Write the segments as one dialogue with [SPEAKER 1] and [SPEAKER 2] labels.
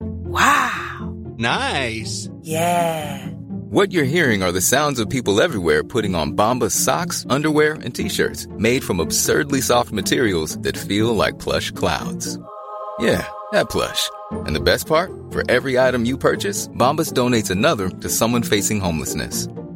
[SPEAKER 1] Wow.
[SPEAKER 2] Nice.
[SPEAKER 1] Yeah.
[SPEAKER 3] What you're hearing are the sounds of people everywhere putting on Bombas socks, underwear, and t-shirts made from absurdly soft materials that feel like plush clouds. Yeah, that plush. And the best part? For every item you purchase, Bombas donates another to someone facing homelessness.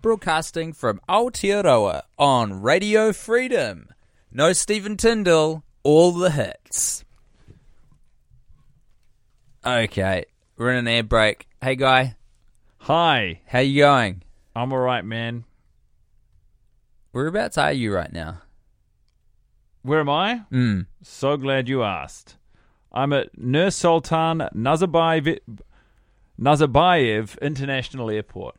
[SPEAKER 4] Broadcasting from Aotearoa on Radio Freedom. No Stephen Tyndall, all the hits. Okay, we're in an air break. Hey, guy,
[SPEAKER 5] Hi,
[SPEAKER 4] how you going?
[SPEAKER 5] I'm all right, man.
[SPEAKER 4] Whereabouts are you right now?
[SPEAKER 5] Where am I?
[SPEAKER 4] Mm.
[SPEAKER 5] So glad you asked. I'm at Nur Sultan Nazarbayev, Nazarbayev International Airport.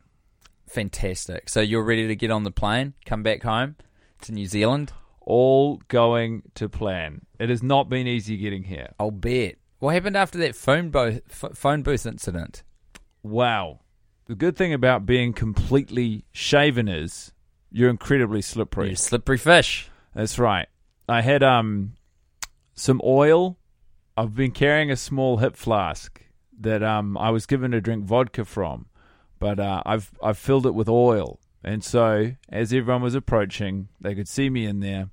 [SPEAKER 4] Fantastic. So you're ready to get on the plane, come back home to New Zealand?
[SPEAKER 5] All going to plan. It has not been easy getting here.
[SPEAKER 4] I'll bet. What happened after that phone booth phone booth incident?
[SPEAKER 5] Wow. The good thing about being completely shaven is you're incredibly slippery.
[SPEAKER 4] You slippery fish.
[SPEAKER 5] That's right. I had um some oil. I've been carrying a small hip flask that um I was given to drink vodka from, but uh, I've I've filled it with oil, and so as everyone was approaching, they could see me in there,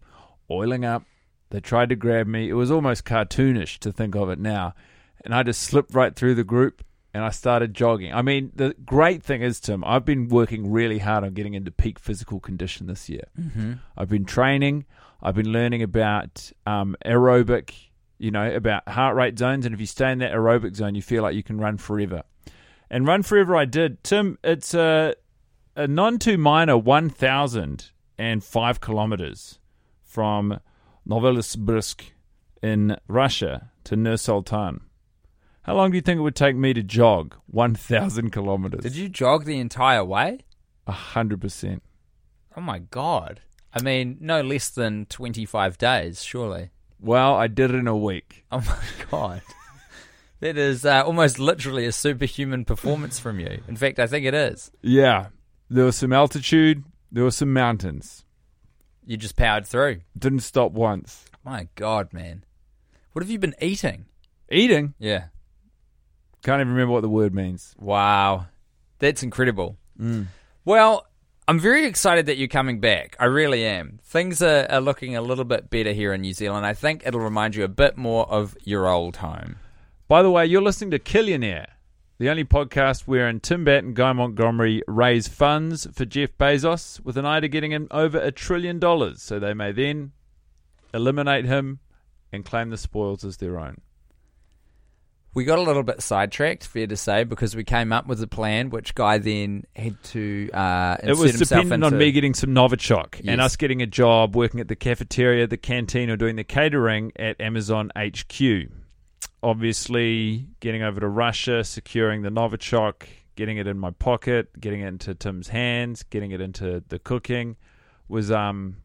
[SPEAKER 5] oiling up. They tried to grab me. It was almost cartoonish to think of it now, and I just slipped right through the group and I started jogging. I mean, the great thing is, Tim, I've been working really hard on getting into peak physical condition this year. I've been training. I've been learning about um, aerobic, you know, about heart rate zones. And if you stay in that aerobic zone, you feel like you can run forever. And run forever, I did. Tim, it's a, a non too minor 1,005 kilometers from Novelisbrsk in Russia to Nur Sultan. How long do you think it would take me to jog 1,000 kilometers?
[SPEAKER 4] Did you jog the entire way?
[SPEAKER 5] 100%.
[SPEAKER 4] Oh my god. I mean, no less than 25 days, surely.
[SPEAKER 5] Well, I did it in a week.
[SPEAKER 4] Oh my god. that is uh, almost literally a superhuman performance from you. In fact, I think it is.
[SPEAKER 5] Yeah. There was some altitude, there were some mountains.
[SPEAKER 4] You just powered through.
[SPEAKER 5] Didn't stop once.
[SPEAKER 4] My god, man. What have you been eating?
[SPEAKER 5] Eating?
[SPEAKER 4] Yeah.
[SPEAKER 5] Can't even remember what the word means.
[SPEAKER 4] Wow. That's incredible. Well, I'm very excited that you're coming back. I really am. Things are, are looking a little bit better here in New Zealand. I think it'll remind you a bit more of your old home.
[SPEAKER 5] By the way, you're listening to Killionaire, the only podcast wherein Tim Batt and Guy Montgomery raise funds for Jeff Bezos with an eye to getting him over a trillion dollars so they may then eliminate him and claim the spoils as their own.
[SPEAKER 4] We got a little bit sidetracked, fair to say, because we came up with a plan which Guy then had to uh,
[SPEAKER 5] it was
[SPEAKER 4] insert himself
[SPEAKER 5] dependent
[SPEAKER 4] into.
[SPEAKER 5] on me getting some Novichok
[SPEAKER 4] Yes.
[SPEAKER 5] and us getting a job working at the cafeteria, the canteen, or doing the catering at Amazon HQ. Obviously, getting over to Russia, securing the Novichok, getting it in my pocket, getting it into Tim's hands, getting it into the cooking was um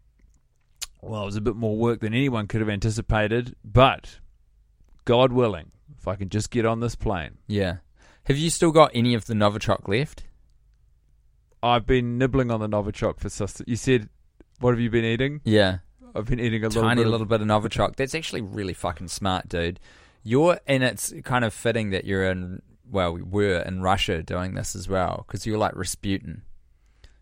[SPEAKER 5] well, it was a bit more work than anyone could have anticipated, but God willing, if I can just get on this plane.
[SPEAKER 4] Yeah. Have you still got any of the Novichok left?
[SPEAKER 5] I've been nibbling on the Novichok for sustenance. You said, what have you been eating?
[SPEAKER 4] Yeah.
[SPEAKER 5] I've been eating a little
[SPEAKER 4] Tiny
[SPEAKER 5] bit of-
[SPEAKER 4] little bit of Novichok. That's actually really fucking smart, dude. You're, and it's kind of fitting that you're in well, we were in Russia doing this as well because you were like Rasputin.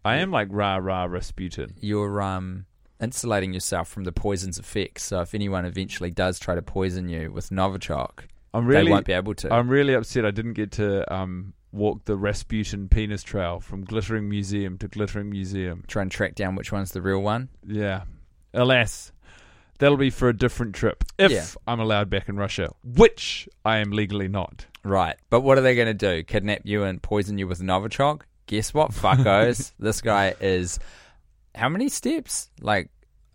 [SPEAKER 5] I am like rah rah Rasputin.
[SPEAKER 4] You're um, insulating yourself from the poison's effects. So if anyone eventually does try to poison you with Novichok,
[SPEAKER 5] I'm really
[SPEAKER 4] they won't be able to.
[SPEAKER 5] I'm really upset I didn't get to um, walk the Rasputin penis trail from glittering museum to glittering museum.
[SPEAKER 4] Try and track down which one's the real one.
[SPEAKER 5] Yeah. Alas, that'll be for a different trip if
[SPEAKER 4] Yeah.
[SPEAKER 5] I'm allowed back in Russia, which I am legally not.
[SPEAKER 4] Right. But what are they going to do? Kidnap you and poison you with Novichok? Guess what, fuckos? this guy is how many steps? Like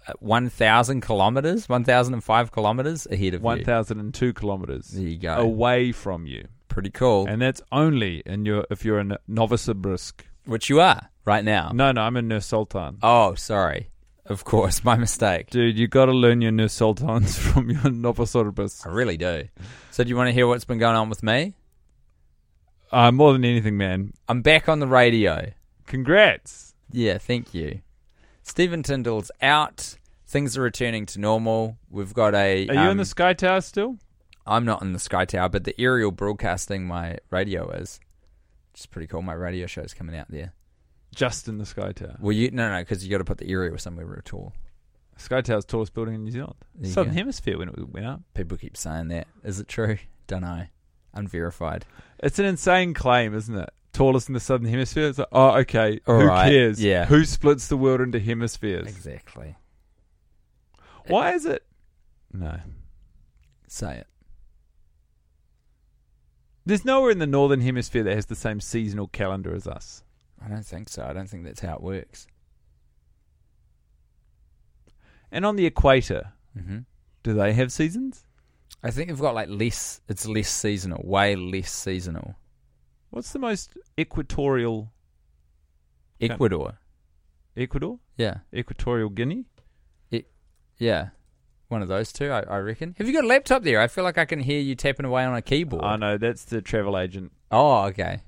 [SPEAKER 4] uh, 1,000 kilometers? 1,005 kilometers ahead of you.
[SPEAKER 5] 1,002 kilometers
[SPEAKER 4] There you go.
[SPEAKER 5] away from you.
[SPEAKER 4] Pretty cool.
[SPEAKER 5] And that's only in your if you're in Novosibirsk.
[SPEAKER 4] Which you are right now.
[SPEAKER 5] No, no, I'm in Nur Sultan.
[SPEAKER 4] Oh, sorry. Of course. My mistake.
[SPEAKER 5] Dude, you got to learn your Nur Sultans from your Novosibirsk.
[SPEAKER 4] I really do. So, do you want to hear what's been going on with me?
[SPEAKER 5] Uh, more than anything, man.
[SPEAKER 4] I'm back on the radio.
[SPEAKER 5] Congrats.
[SPEAKER 4] Yeah, thank you. Stephen Tyndall's out. Things are returning to normal. We've got a.
[SPEAKER 5] Are you in
[SPEAKER 4] um,
[SPEAKER 5] the Sky Tower still?
[SPEAKER 4] I'm not in the Sky Tower, but the aerial broadcasting my radio is. Which is pretty cool. My radio show's coming out there.
[SPEAKER 5] Just in the Sky Tower.
[SPEAKER 4] Well, you no no because you got to put the aerial somewhere real tall.
[SPEAKER 5] Sky Tower's tallest building in New Zealand.
[SPEAKER 4] There you
[SPEAKER 5] Southern
[SPEAKER 4] go.
[SPEAKER 5] Hemisphere when it went up.
[SPEAKER 4] People keep saying that. Is it true? Don't know. Unverified.
[SPEAKER 5] It's an insane claim, isn't it? Tallest in the Southern Hemisphere. It's like, oh, okay.
[SPEAKER 4] All
[SPEAKER 5] who
[SPEAKER 4] right,
[SPEAKER 5] cares?
[SPEAKER 4] yeah.
[SPEAKER 5] Who splits the world into hemispheres?
[SPEAKER 4] Exactly.
[SPEAKER 5] Why is it? No.
[SPEAKER 4] Say it.
[SPEAKER 5] There's nowhere in the Northern Hemisphere that has the same seasonal calendar as us.
[SPEAKER 4] I don't think so. I don't think that's how it works.
[SPEAKER 5] And on the equator,
[SPEAKER 4] hmm
[SPEAKER 5] do they have seasons?
[SPEAKER 4] I think they've got like less. It's less seasonal. Way less seasonal.
[SPEAKER 5] What's the most equatorial?
[SPEAKER 4] Ecuador.
[SPEAKER 5] Ecuador?
[SPEAKER 4] Yeah.
[SPEAKER 5] Equatorial Guinea?
[SPEAKER 4] Yeah. One of those two, I, I reckon. Have you got a laptop there? I feel like I can hear you tapping away on a keyboard.
[SPEAKER 5] Oh, no, that's the travel agent.
[SPEAKER 4] Oh, okay.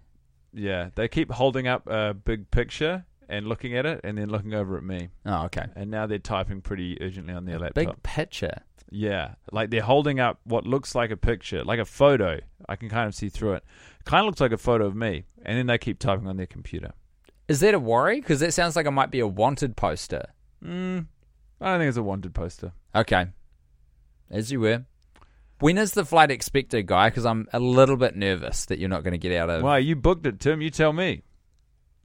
[SPEAKER 5] Yeah, they keep holding up a big picture and looking at it and then looking over at me.
[SPEAKER 4] Oh, okay.
[SPEAKER 5] And now they're typing pretty urgently on their laptop.
[SPEAKER 4] Big picture.
[SPEAKER 5] Yeah, like they're holding up what looks like a picture, like a photo. I can kind of see through it. Kind of looks like a photo of me, and then they keep typing on their computer.
[SPEAKER 4] Is that a worry? Because that sounds like it might be a wanted poster.
[SPEAKER 5] Mm, I don't think it's a wanted poster.
[SPEAKER 4] Okay. As you were. When is the flight expected, guy? Because I'm a little bit nervous that you're not going to get out of.
[SPEAKER 5] Why you booked it, Tim? You tell me.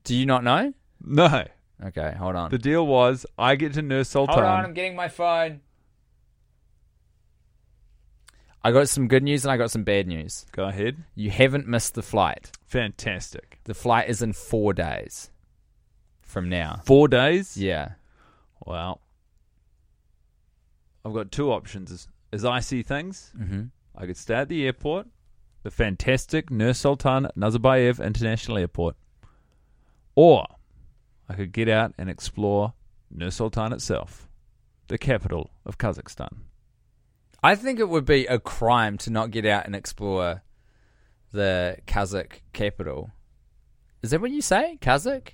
[SPEAKER 4] Do you not know?
[SPEAKER 5] No,
[SPEAKER 4] Okay, hold on.
[SPEAKER 5] the deal was I get to nurse Sultan.
[SPEAKER 4] Hold on, I'm getting my phone. I got some good news and I got some bad news.
[SPEAKER 5] Go ahead.
[SPEAKER 4] You haven't missed the flight.
[SPEAKER 5] Fantastic.
[SPEAKER 4] The flight is in four days from now.
[SPEAKER 5] Four days.
[SPEAKER 4] Yeah.
[SPEAKER 5] Well, I've got two options as, as I see things.
[SPEAKER 4] Mm-hmm.
[SPEAKER 5] I could stay at the airport, the fantastic Nur Sultan Nazarbayev International Airport, or I could get out and explore Nur Sultan itself, the capital of Kazakhstan.
[SPEAKER 4] I think it would be a crime to not get out and explore the Kazakh capital. Is that what you say? Kazakh?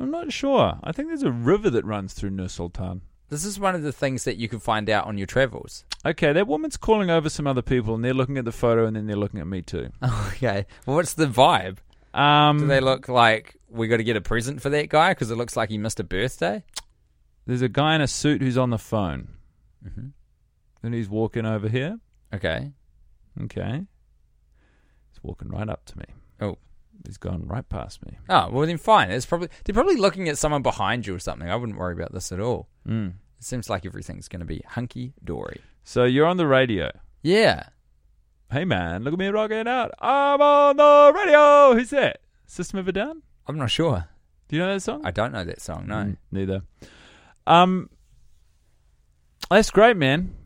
[SPEAKER 5] I'm not sure. I think there's a river that runs through Nur Sultan.
[SPEAKER 4] This is one of the things that you can find out on your travels.
[SPEAKER 5] Okay, that woman's calling over some other people, and they're looking at the photo, and then they're looking at me too.
[SPEAKER 4] Okay. Well, what's the vibe?
[SPEAKER 5] Um,
[SPEAKER 4] Do they look like we got to get a present for that guy because it looks like he missed a birthday?
[SPEAKER 5] there's a guy in a suit who's on the phone,
[SPEAKER 4] Mm-hmm.
[SPEAKER 5] and he's walking over here.
[SPEAKER 4] Okay.
[SPEAKER 5] Okay, he's walking right up to me.
[SPEAKER 4] Oh.
[SPEAKER 5] he's gone right past me.
[SPEAKER 4] Oh, well then fine. It's probably they're probably looking at someone behind you or something. I wouldn't worry about this at all.
[SPEAKER 5] Mm.
[SPEAKER 4] It seems like everything's going to be hunky dory.
[SPEAKER 5] So you're on the radio.
[SPEAKER 4] Yeah.
[SPEAKER 5] Hey man, look at me rocking out. I'm on the radio. Who's that? System of a Down?
[SPEAKER 4] I'm not sure.
[SPEAKER 5] Do you know that song?
[SPEAKER 4] I don't know that song. No.
[SPEAKER 5] Mm, neither. Um, that's great, man.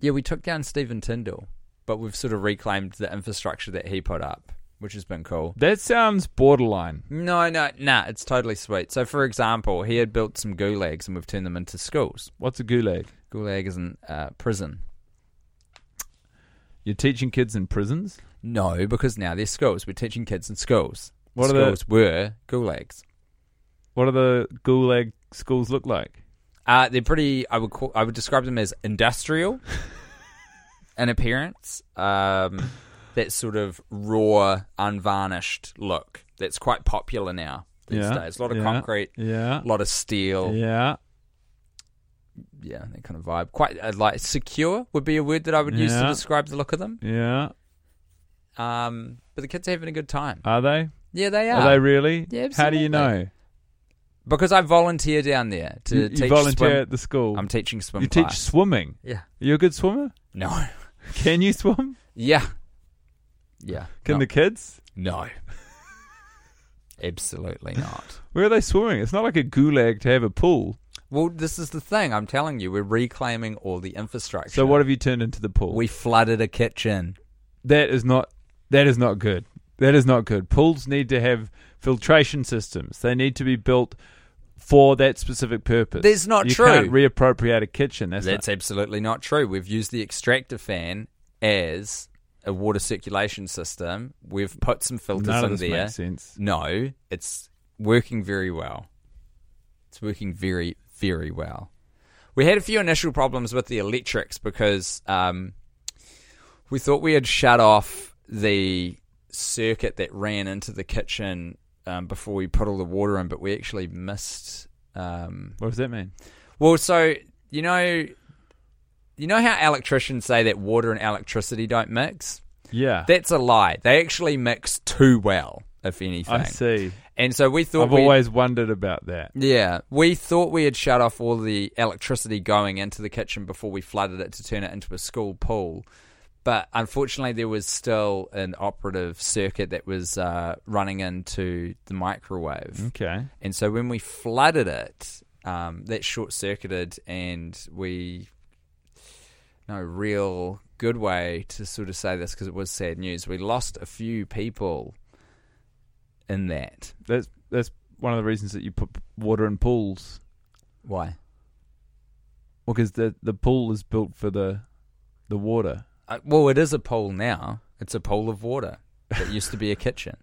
[SPEAKER 4] Yeah, we took down Stephen Tyndall, but we've sort of reclaimed the infrastructure that he put up, which has been cool.
[SPEAKER 5] That sounds borderline.
[SPEAKER 4] No, no, nah, it's totally sweet. So, for example, he had built some gulags and we've turned them into schools.
[SPEAKER 5] What's a gulag?
[SPEAKER 4] Gulag isn't uh, prison.
[SPEAKER 5] You're teaching kids in prisons.
[SPEAKER 4] No, because now they're schools. We're teaching kids in schools.
[SPEAKER 5] What are the-
[SPEAKER 4] schools were gulags.
[SPEAKER 5] What do the gulag schools look like?
[SPEAKER 4] Uh, they're pretty. I would call, I would describe them as industrial in appearance. Um, that sort of raw, unvarnished look that's quite popular now these
[SPEAKER 5] Yeah,
[SPEAKER 4] days. A lot of
[SPEAKER 5] yeah,
[SPEAKER 4] concrete,
[SPEAKER 5] Yeah.
[SPEAKER 4] a lot of steel, yeah.
[SPEAKER 5] Yeah.
[SPEAKER 4] that kind of vibe. Quite uh, like secure would be a word that I would use to
[SPEAKER 5] Yeah.
[SPEAKER 4] describe the look of them.
[SPEAKER 5] Yeah.
[SPEAKER 4] Um, but the kids are having a good time.
[SPEAKER 5] Are they?
[SPEAKER 4] Yeah, they are.
[SPEAKER 5] Are they really?
[SPEAKER 4] Yeah,
[SPEAKER 5] How do you
[SPEAKER 4] absolutely.
[SPEAKER 5] know?
[SPEAKER 4] because I volunteer down there to
[SPEAKER 5] You, you
[SPEAKER 4] teach.
[SPEAKER 5] volunteer
[SPEAKER 4] swim.
[SPEAKER 5] at the school.
[SPEAKER 4] I'm teaching swim.
[SPEAKER 5] you teach
[SPEAKER 4] class.
[SPEAKER 5] swimming.
[SPEAKER 4] Yeah.
[SPEAKER 5] You're a good swimmer.
[SPEAKER 4] No.
[SPEAKER 5] Can you swim?
[SPEAKER 4] Yeah. Yeah.
[SPEAKER 5] Can
[SPEAKER 4] no.
[SPEAKER 5] the kids?
[SPEAKER 4] No. Absolutely not.
[SPEAKER 5] Where are they swimming? It's not like a gulag to have a pool.
[SPEAKER 4] Well, this is the thing. I'm telling you, we're reclaiming all the infrastructure.
[SPEAKER 5] So what have you turned into the pool?
[SPEAKER 4] we flooded a kitchen?
[SPEAKER 5] that is not that is not good. That is not good. Pools need to have filtration systems. They need to be built for that specific purpose.
[SPEAKER 4] That's not
[SPEAKER 5] you
[SPEAKER 4] true.
[SPEAKER 5] Can't reappropriate a kitchen. That's,
[SPEAKER 4] That's, absolutely not true. We've used the extractor fan as a water circulation system. We've put some
[SPEAKER 5] not,
[SPEAKER 4] filters
[SPEAKER 5] none of
[SPEAKER 4] in
[SPEAKER 5] this
[SPEAKER 4] there.
[SPEAKER 5] makes sense.
[SPEAKER 4] No, it's working very well. It's working very, very well. We had a few initial problems with the electrics because um, we thought we had shut off the circuit that ran into the kitchen um, before we put all the water in, but we actually missed. Um,
[SPEAKER 5] What does that mean?
[SPEAKER 4] well, so you know, you know how electricians say that water and electricity don't mix.
[SPEAKER 5] Yeah,
[SPEAKER 4] That's a lie. They actually mix too well, if anything.
[SPEAKER 5] I see.
[SPEAKER 4] And so we thought
[SPEAKER 5] I've
[SPEAKER 4] we
[SPEAKER 5] always wondered about that.
[SPEAKER 4] yeah, we thought we had shut off all the electricity going into the kitchen before we flooded it to turn it into a school pool. But unfortunately, there was still an operative circuit that was uh, running into the microwave.
[SPEAKER 5] Okay.
[SPEAKER 4] And so when we flooded it, um, that short circuited, and we no real good way to sort of say this because it was sad news. We lost a few people in that.
[SPEAKER 5] That's that's one of the reasons that you put water in pools
[SPEAKER 4] Why?
[SPEAKER 5] because the the pool is built for the the water.
[SPEAKER 4] Uh, well, it is a pool now. It's a pool of water that used to be a kitchen.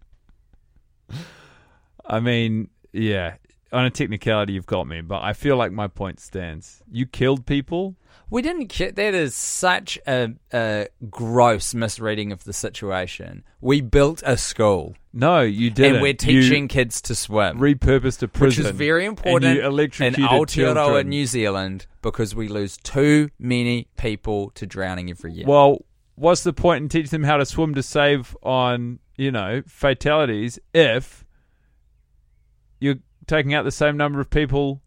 [SPEAKER 5] I mean, yeah. On a technicality, you've got me, but I feel like my point stands. You killed people.
[SPEAKER 4] We didn't care. That is such a, a gross misreading of the situation. We built a school
[SPEAKER 5] No, you didn't.
[SPEAKER 4] and we're teaching kids to swim,
[SPEAKER 5] You repurposed a
[SPEAKER 4] which
[SPEAKER 5] prison,
[SPEAKER 4] is very important
[SPEAKER 5] And you electrocuted
[SPEAKER 4] in Aotearoa,
[SPEAKER 5] children.
[SPEAKER 4] New Zealand, because we lose too many people to drowning every year.
[SPEAKER 5] Well, what's the point in teaching them how to swim to save on you know fatalities if you're taking out the same number of people?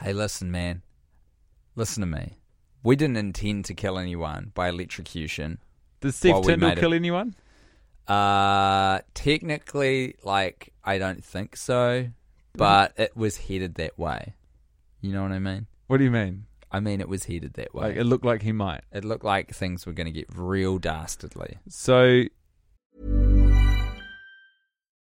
[SPEAKER 4] Hey, listen, man. Listen to me. We didn't intend to kill anyone by electrocution.
[SPEAKER 5] Did Steve
[SPEAKER 4] Well, we
[SPEAKER 5] Tyndall
[SPEAKER 4] made it.
[SPEAKER 5] kill anyone?
[SPEAKER 4] Uh, technically, like I don't think so, but it was headed that way. You know what I mean?
[SPEAKER 5] What do you mean?
[SPEAKER 4] I mean it was headed that way.
[SPEAKER 5] Like it
[SPEAKER 4] it,
[SPEAKER 5] looked like he might.
[SPEAKER 4] looked like things were going to get real dastardly.
[SPEAKER 5] So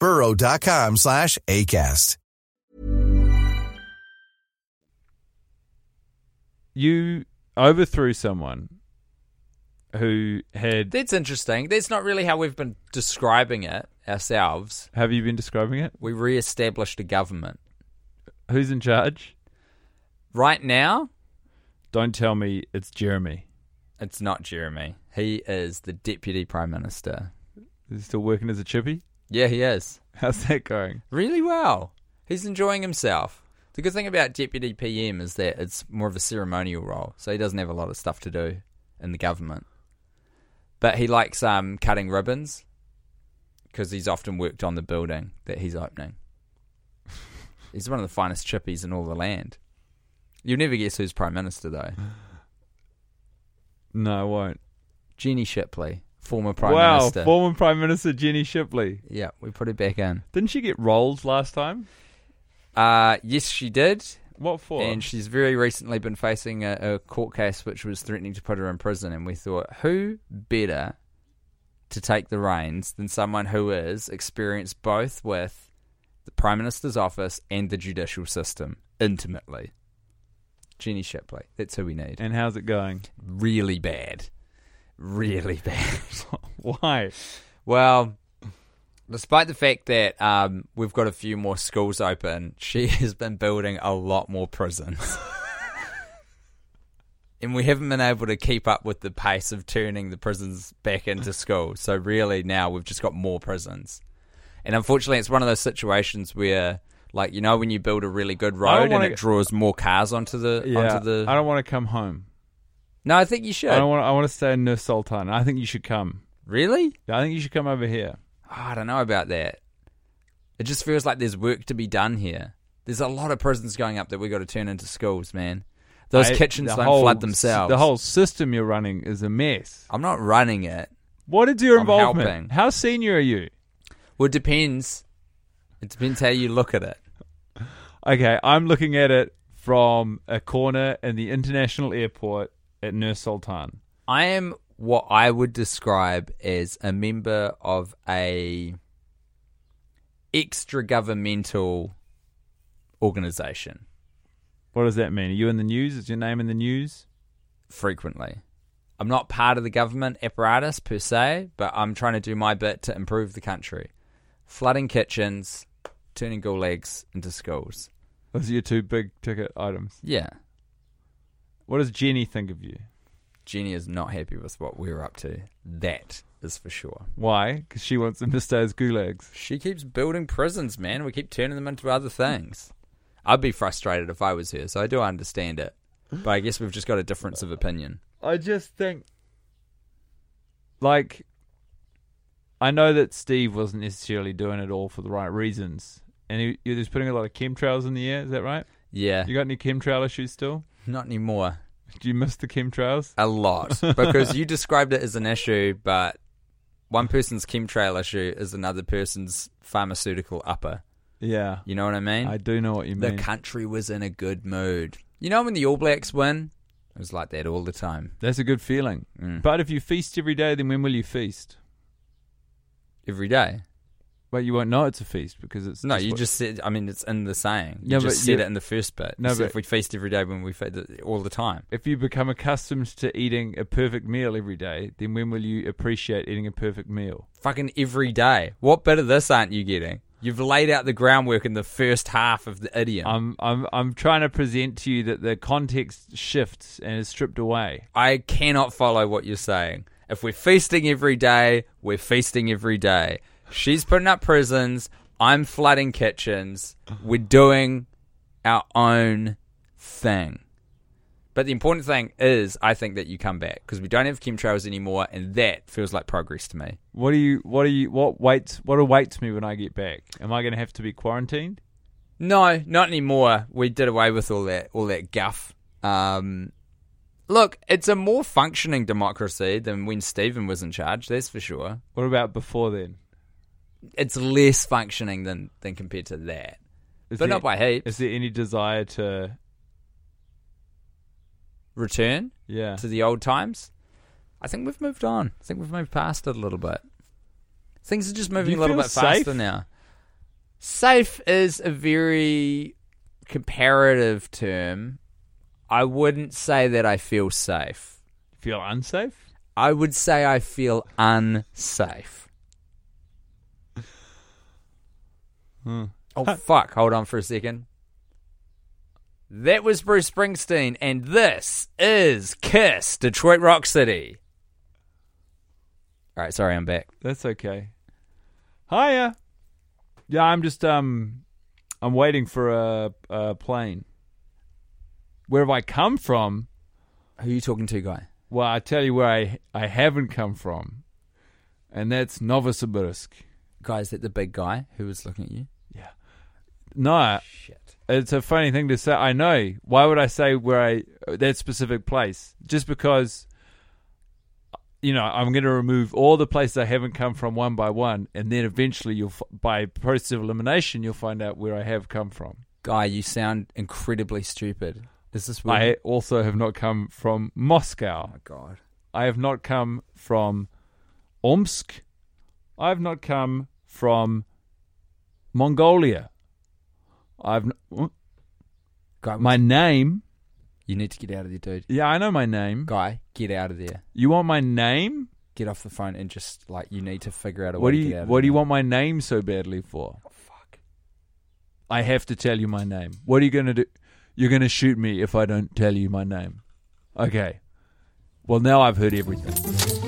[SPEAKER 6] Burrow.com slash ACAST.
[SPEAKER 5] You overthrew someone who had.
[SPEAKER 4] That's interesting. That's not really how we've been describing it ourselves.
[SPEAKER 5] Have you been describing it?
[SPEAKER 4] We re-established a government.
[SPEAKER 5] Who's in charge?
[SPEAKER 4] Right now,
[SPEAKER 5] Don't tell me it's Jeremy.
[SPEAKER 4] it's not Jeremy. He is the deputy prime minister.
[SPEAKER 5] Is he still working as a chippy?
[SPEAKER 4] Yeah, he is.
[SPEAKER 5] How's that going?
[SPEAKER 4] Really well. He's enjoying himself. The good thing about deputy PM is that it's more of a ceremonial role, so he doesn't have a lot of stuff to do in the government. But he likes um, cutting ribbons because he's often worked on the building that he's opening. he's one of the finest chippies in all the land. You'll never guess who's prime minister though.
[SPEAKER 5] No, I won't.
[SPEAKER 4] Jeannie Shipley, former prime
[SPEAKER 5] wow,
[SPEAKER 4] minister.
[SPEAKER 5] former Prime Minister Jenny Shipley.
[SPEAKER 4] yeah, we put it back in.
[SPEAKER 5] Didn't she get rolled last time?
[SPEAKER 4] Uh, yes, she did.
[SPEAKER 5] What for?
[SPEAKER 4] And she's very recently been facing a, a court case which was threatening to put her in prison. And we thought, who better to take the reins than someone who is experienced both with the Prime Minister's office and the judicial system intimately? Jenny Shipley. That's who we need.
[SPEAKER 5] and how's it going?
[SPEAKER 4] really bad. Really bad.
[SPEAKER 5] Why?
[SPEAKER 4] Well, despite the fact that um, we've got a few more schools open, she has been building a lot more prisons. and we haven't been able to keep up with the pace of turning the prisons back into schools. So, really, now we've just got more prisons. And unfortunately, it's one of those situations where. Like you know, when you build a really good
[SPEAKER 5] don't
[SPEAKER 4] road and
[SPEAKER 5] wanna
[SPEAKER 4] it
[SPEAKER 5] get-
[SPEAKER 4] draws more cars onto the
[SPEAKER 5] Yeah,
[SPEAKER 4] onto the.
[SPEAKER 5] I don't want to come home.
[SPEAKER 4] no, I think you should.
[SPEAKER 5] I don't want. I want to stay in Nur Sultan. I think you should come.
[SPEAKER 4] really?
[SPEAKER 5] I think you should come over here.
[SPEAKER 4] Oh, I don't know about that. It just feels like there's work to be done here. There's a lot of prisons going up that we got to turn into schools, man. Those
[SPEAKER 5] I-
[SPEAKER 4] kitchens
[SPEAKER 5] the
[SPEAKER 4] don't
[SPEAKER 5] whole
[SPEAKER 4] flood
[SPEAKER 5] s-
[SPEAKER 4] themselves.
[SPEAKER 5] The whole system you're running is a mess.
[SPEAKER 4] I'm not running it.
[SPEAKER 5] What is your
[SPEAKER 4] I'm
[SPEAKER 5] involvement?
[SPEAKER 4] helping.
[SPEAKER 5] How senior are you?
[SPEAKER 4] Well, it depends. It depends how you look at it.
[SPEAKER 5] Okay, I'm looking at it from a corner in the international airport at Nur Sultan.
[SPEAKER 4] I am what I would describe as a member of a extra governmental organization
[SPEAKER 5] What does that mean? Are you in the news? Is your name in the news?
[SPEAKER 4] frequently. I'm not part of the government apparatus per se, but I'm trying to do my bit to improve the country. Flooding kitchens, turning gulags into schools.
[SPEAKER 5] Those are your two big ticket items.
[SPEAKER 4] Yeah,
[SPEAKER 5] What does Jenny think of you?
[SPEAKER 4] Jenny is not happy with what we're up to. That is for sure.
[SPEAKER 5] Why? Because she wants them to stay as gulags.
[SPEAKER 4] She keeps building prisons, man. We keep turning them into other things. I'd be frustrated if I was her, so I do understand it. But I guess we've just got a difference of opinion.
[SPEAKER 5] I just think, like, I know that Steve wasn't necessarily doing it all for the right reasons, and he, he was putting a lot of chemtrails in the air. Is that right?
[SPEAKER 4] Yeah,
[SPEAKER 5] You got any chemtrail issues still?
[SPEAKER 4] not anymore.
[SPEAKER 5] Do you miss the chemtrails?
[SPEAKER 4] A lot. Because you described it as an issue, but one person's chemtrail issue is another person's pharmaceutical upper.
[SPEAKER 5] Yeah,
[SPEAKER 4] You know what I mean?
[SPEAKER 5] I do know what you
[SPEAKER 4] the
[SPEAKER 5] mean.
[SPEAKER 4] country was in a good mood. You know when the All Blacks win? It was like that all the time.
[SPEAKER 5] That's a good feeling.
[SPEAKER 4] Mm.
[SPEAKER 5] But if you feast every day, then when will you feast?
[SPEAKER 4] Every day.
[SPEAKER 5] Well, you won't know it's a feast because it's
[SPEAKER 4] No, you
[SPEAKER 5] what-
[SPEAKER 4] just said, I mean, it's in the saying. You
[SPEAKER 5] Yeah,
[SPEAKER 4] just
[SPEAKER 5] but
[SPEAKER 4] said
[SPEAKER 5] you-
[SPEAKER 4] it in the first bit.
[SPEAKER 5] No,
[SPEAKER 4] No, but
[SPEAKER 5] but-
[SPEAKER 4] if we feast every day when we feed all the time.
[SPEAKER 5] if you become accustomed to eating a perfect meal every day, then when will you appreciate eating a perfect meal?
[SPEAKER 4] Fucking every day. What bit of this aren't you getting? You've laid out the groundwork in the first half of the idiom.
[SPEAKER 5] I'm I'm I'm trying to present to you that the context shifts and is stripped away.
[SPEAKER 4] I cannot follow what you're saying. If we're feasting every day, we're feasting every day. She's putting up prisons. I'm flooding kitchens. We're doing our own thing. But the important thing is, I think that you come back because we don't have chemtrails anymore, and that feels like progress to me.
[SPEAKER 5] What do you what do you what waits what awaits me when I get back? Am I going to have to be quarantined?
[SPEAKER 4] No, not anymore. We did away with all that all that guff. Um, look, it's a more functioning democracy than when Stephen was in charge. That's for sure.
[SPEAKER 5] What about before then?
[SPEAKER 4] it's less functioning than than compared to that.
[SPEAKER 5] Is
[SPEAKER 4] But not by heaps.
[SPEAKER 5] Is there any desire to
[SPEAKER 4] Return
[SPEAKER 5] yeah?
[SPEAKER 4] to the old times. I think we've moved on. I think we've moved past it a little bit. Things are just moving a
[SPEAKER 5] You
[SPEAKER 4] little
[SPEAKER 5] feel
[SPEAKER 4] bit
[SPEAKER 5] safe?
[SPEAKER 4] faster now. Safe is a very comparative term. I wouldn't say that I feel safe.
[SPEAKER 5] Feel unsafe?
[SPEAKER 4] I would say I feel unsafe. Oh, fuck. Hold on for a second. That was Bruce Springsteen, and this is Kiss, Detroit Rock City. All right, sorry, I'm back.
[SPEAKER 5] That's okay. Hiya. Yeah, I'm just um, I'm waiting for a, a plane. Where have I come from?
[SPEAKER 4] Who are you talking to, guy?
[SPEAKER 5] Well, I tell you where I I haven't come from, and that's Novosibirsk.
[SPEAKER 4] Guy, is that the big guy who was looking at you?
[SPEAKER 5] No,
[SPEAKER 4] Shit.
[SPEAKER 5] it's a funny thing to say. I know. Why would I say where I that specific place? Just because you know I'm going to remove all the places I haven't come from one by one, and then eventually you'll f- by process of elimination you'll find out where I have come from.
[SPEAKER 4] Guy, you sound incredibly stupid. Is this weird?
[SPEAKER 5] I also have not come from Moscow.
[SPEAKER 4] oh, God.
[SPEAKER 5] I have not come from Omsk. I have not come from Mongolia. I've n-
[SPEAKER 4] Guy,
[SPEAKER 5] my name.
[SPEAKER 4] you need to get out of there, dude.
[SPEAKER 5] Yeah, I know my name.
[SPEAKER 4] Guy, get out of there.
[SPEAKER 5] You want my name?
[SPEAKER 4] Get off the phone and just, like, you need to figure out a
[SPEAKER 5] What
[SPEAKER 4] way
[SPEAKER 5] do
[SPEAKER 4] to get
[SPEAKER 5] you
[SPEAKER 4] out of
[SPEAKER 5] What do you
[SPEAKER 4] there.
[SPEAKER 5] want my name so badly for? I have to tell you my name. What are you going to do? You're going to shoot me if I don't tell you my name. Okay. Well, now I've heard everything.